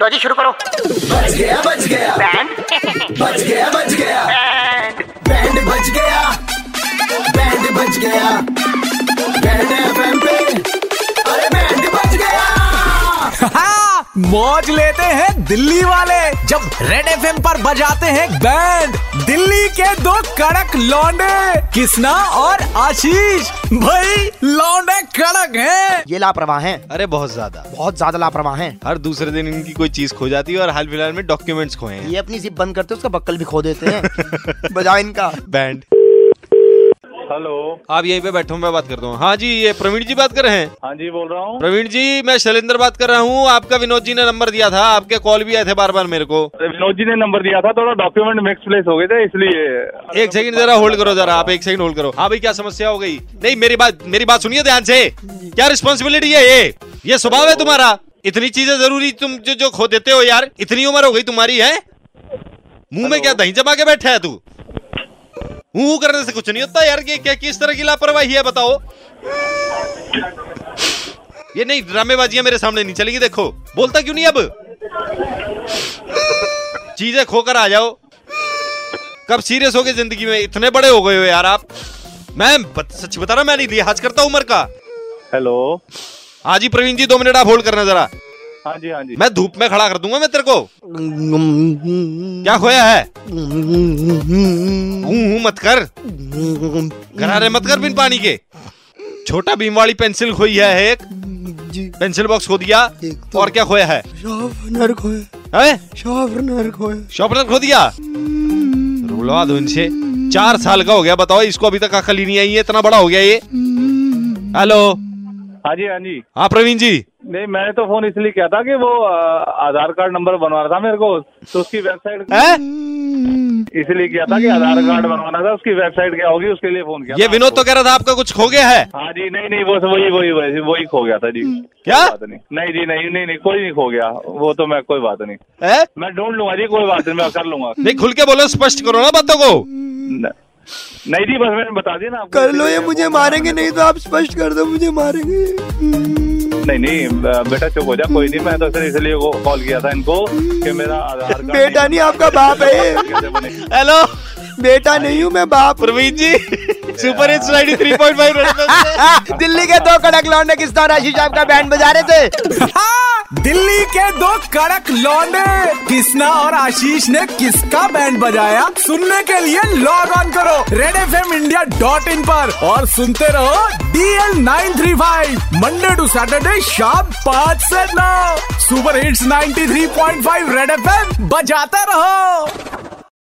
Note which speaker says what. Speaker 1: लो जी शुरू करो
Speaker 2: बच गया बच गया
Speaker 1: बैंड
Speaker 2: बच गया बच गया बैंड बच गया बैंड बच गया बैंड एफएम पे अरे बैंड बच गया
Speaker 3: हाँ, मौज लेते हैं दिल्ली वाले जब रेड एफ पर बजाते हैं बैंड दिल्ली के दो कड़क लौंडे किसना और आशीष भाई लौंडे कड़क हैं
Speaker 4: ये लापरवाह हैं
Speaker 5: अरे बहुत ज्यादा
Speaker 4: बहुत ज्यादा लापरवाह हैं
Speaker 5: हर दूसरे दिन इनकी कोई चीज खो जाती है और हाल फिलहाल में डॉक्यूमेंट्स खोए हैं
Speaker 4: ये अपनी जिप बंद करते हैं उसका बक्कल भी खो देते हैं बजाओ इनका
Speaker 5: बैंड
Speaker 6: हेलो
Speaker 5: आप यहीं पे बैठो मैं बात करता हूँ हाँ जी ये प्रवीण जी बात कर रहे हैं
Speaker 6: हाँ जी बोल रहा हूँ
Speaker 5: प्रवीण जी मैं शैलेंद्र बात कर रहा हूँ आपका विनोद जी ने नंबर दिया था आपके कॉल भी आए थे बार बार मेरे को
Speaker 6: विनोद जी ने नंबर दिया था थोड़ा डॉक्यूमेंट मिक्स प्लेस हो गए थे इसलिए
Speaker 5: एक सेकंड जरा होल्ड करो जरा आप एक सेकंड होल्ड करो हाँ भाई क्या समस्या हो गई नहीं मेरी बात मेरी बात सुनिए ध्यान से क्या रिस्पॉन्सिबिलिटी है ये ये स्वभाव है तुम्हारा इतनी चीजें जरूरी तुम जो जो खो देते हो यार इतनी उम्र हो गई तुम्हारी है मुंह में क्या दही जमा के बैठा है तू हूं करने से कुछ नहीं होता यार ये क्या किस तरह की लापरवाही है बताओ ये नहीं ड्रामेबाजियां मेरे सामने नहीं चलेगी देखो बोलता क्यों नहीं अब चीजें खोकर आ जाओ कब सीरियस हो गए जिंदगी में इतने बड़े हो गए हो यार आप मैं बत, सच बता रहा मैं नहीं लिहाज करता उम्र का
Speaker 6: हेलो
Speaker 5: हाँ जी प्रवीण जी दो मिनट आप होल्ड करना जरा
Speaker 6: हाँ जी हाँ जी
Speaker 5: मैं धूप में खड़ा कर दूंगा मैं तेरे को क्या खोया है हूँ हूँ मत कर गरारे मत कर बिन पानी के छोटा भीम वाली पेंसिल खोई है एक
Speaker 4: जी
Speaker 5: पेंसिल बॉक्स खो दिया
Speaker 4: एक तो-
Speaker 5: और क्या खोया है
Speaker 4: शॉर्पनर खोए
Speaker 5: हैं?
Speaker 4: शॉर्पनर खोए
Speaker 5: शॉपनर खो दिया रुलवा दो इनसे चार साल का हो गया बताओ इसको अभी तक अकल ही नहीं आई है इतना बड़ा हो गया ये हेलो
Speaker 6: हाँ जी हाँ जी
Speaker 5: हाँ प्रवीण जी
Speaker 6: नहीं मैंने तो फोन इसलिए किया था कि वो अ, आधार कार्ड नंबर बनवाना था मेरे को तो उसकी वेबसाइट
Speaker 5: हैं?
Speaker 6: इसलिए किया था कि आधार कार्ड बनवाना था उसकी वेबसाइट क्या होगी उसके लिए फोन किया
Speaker 5: ये
Speaker 6: था
Speaker 5: विनोद तो
Speaker 6: आपको।
Speaker 5: कह रहा था आपका कुछ खो गया है
Speaker 6: हाँ जी नहीं नहीं वो वही वही वही वही खो गया था जी
Speaker 5: हम्म। क्या?
Speaker 6: कोई बात नहीं नहीं जी नहीं नहीं नहीं कोई नहीं खो गया वो तो मैं कोई बात नहीं
Speaker 5: हैं?
Speaker 6: मैं ढूंढ लूंगा जी कोई बात नहीं मैं कर लूंगा
Speaker 5: नहीं खुल के बोलो स्पष्ट करो ना बातों को
Speaker 6: न- नहीं जी बस मैंने बता दिया ना आपको
Speaker 4: कर लो ये मुझे मारेंगे नहीं तो आप स्पष्ट कर दो मुझे मारेंगे
Speaker 6: नहीं नहीं अ, बेटा चुप हो जा कोई नहीं मैं तो सिर्फ इसलिए वो कॉल किया था इनको कि मेरा आधार कार्ड
Speaker 4: बेटा नहीं आपका बाप है ये।
Speaker 6: कैसे बने?
Speaker 5: हेलो
Speaker 4: बेटा नहीं हूँ मैं बाप
Speaker 5: प्रवीण जी सुपर हिट्स 93.5 पॉइंट
Speaker 4: हाँ, दिल्ली के दो कड़क लौंडे किस तरह आशीष आपका बैंड बजा रहे थे
Speaker 3: हाँ, दिल्ली के दो कड़क लौंडे किसना और आशीष ने किसका बैंड बजाया सुनने के लिए लॉग ऑन करो red F M India dot in पर और सुनते रहो DL nine three five Monday to Saturday शाम पाँच से नौ super hits 93.5 red F M बजाते रहो